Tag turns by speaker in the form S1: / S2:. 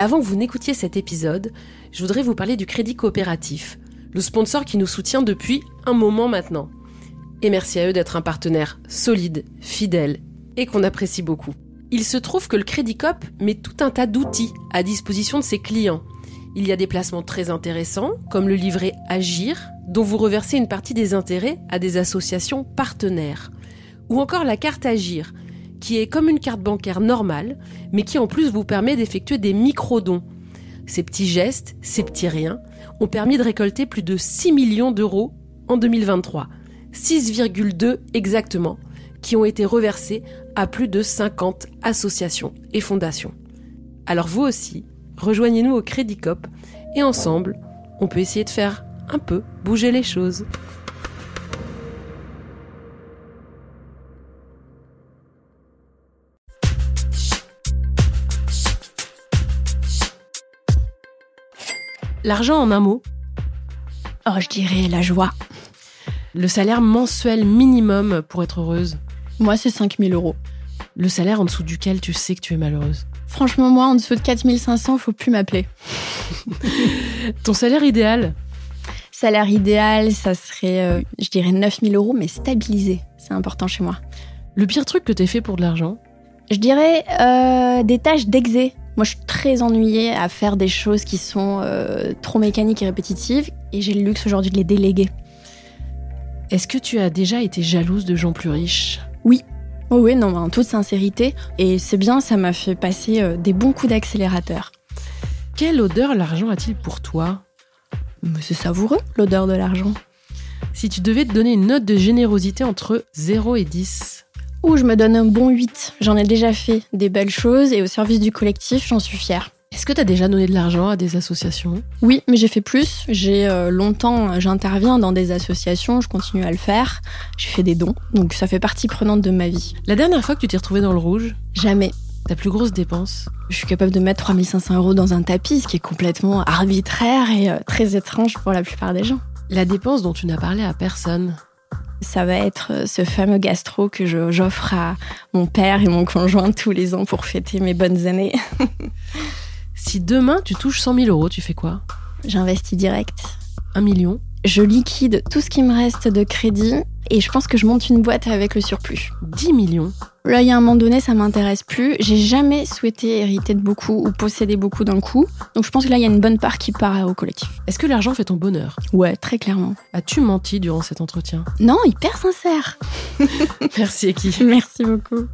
S1: Avant que vous n'écoutiez cet épisode, je voudrais vous parler du Crédit Coopératif, le sponsor qui nous soutient depuis un moment maintenant. Et merci à eux d'être un partenaire solide, fidèle et qu'on apprécie beaucoup. Il se trouve que le Crédit Coop met tout un tas d'outils à disposition de ses clients. Il y a des placements très intéressants, comme le livret Agir, dont vous reversez une partie des intérêts à des associations partenaires. Ou encore la carte Agir, qui est comme une carte bancaire normale, mais qui en plus vous permet d'effectuer des micro-dons. Ces petits gestes, ces petits riens, ont permis de récolter plus de 6 millions d'euros en 2023. 6,2 exactement, qui ont été reversés à plus de 50 associations et fondations. Alors vous aussi, rejoignez-nous au Crédit Coop et ensemble, on peut essayer de faire un peu bouger les choses. L'argent en un mot,
S2: Oh, je dirais la joie.
S1: le salaire mensuel minimum pour être heureuse,
S2: Moi, c'est 5000 euros.
S1: le salaire en dessous duquel tu sais que tu es malheureuse.
S2: Franchement, moi, en dessous de 4500, faut plus m'appeler.
S1: Ton salaire idéal,
S2: Salaire idéal, ça serait, euh, je dirais 9000 euros, mais stabilisé. C'est important chez moi.
S1: le pire truc que t'aies fait pour de l'argent,
S2: Je dirais euh, des tâches d'exé. Moi, je suis très ennuyée à faire des choses qui sont euh, trop mécaniques et répétitives, et j'ai le luxe aujourd'hui de les déléguer.
S1: est-ce que tu as déjà été jalouse de gens plus riches
S2: Oui, oui, non, mais en toute sincérité. Et c'est bien, ça m'a fait passer euh, des bons coups d'accélérateur.
S1: Quelle odeur l'argent a-t-il pour toi
S2: Mais c'est savoureux, l'odeur de l'argent.
S1: Si tu devais te donner une note de générosité entre 0 et 10,
S2: Ouh, je me donne un bon 8. J'en ai déjà fait des belles choses et au service du collectif, j'en suis fière.
S1: est-ce que t'as déjà donné de l'argent à des associations
S2: Oui, mais j'ai fait plus. J'ai euh, longtemps, euh, j'interviens dans des associations, je continue à le faire. J'ai fait des dons, donc ça fait partie prenante de ma vie.
S1: La dernière fois que tu t'es retrouvée dans le rouge,
S2: Jamais.
S1: ta plus grosse dépense
S2: Je suis capable de mettre 3500 euros dans un tapis, ce qui est complètement arbitraire et euh, très étrange pour la plupart des gens.
S1: La dépense dont tu n'as parlé à personne.
S2: Ça va être euh, ce fameux gastro que je- j'offre à mon père et mon conjoint tous les ans pour fêter mes bonnes années.
S1: Si demain tu touches 100 000 euros, tu fais quoi
S2: J'investis direct.
S1: Un million
S2: Je liquide tout ce qui me reste de crédit et je pense que je monte une boîte avec le surplus.
S1: 10 millions
S2: Là, il y a un moment donné, ça m'intéresse plus. J'ai jamais souhaité hériter de beaucoup ou posséder beaucoup d'un coup. Donc je pense que là, il y a une bonne part qui part au collectif.
S1: Est-ce que l'argent fait ton bonheur
S2: Ouais, très clairement.
S1: As-tu menti durant cet entretien
S2: Non, hyper sincère.
S1: Merci, Eki.
S2: Merci beaucoup.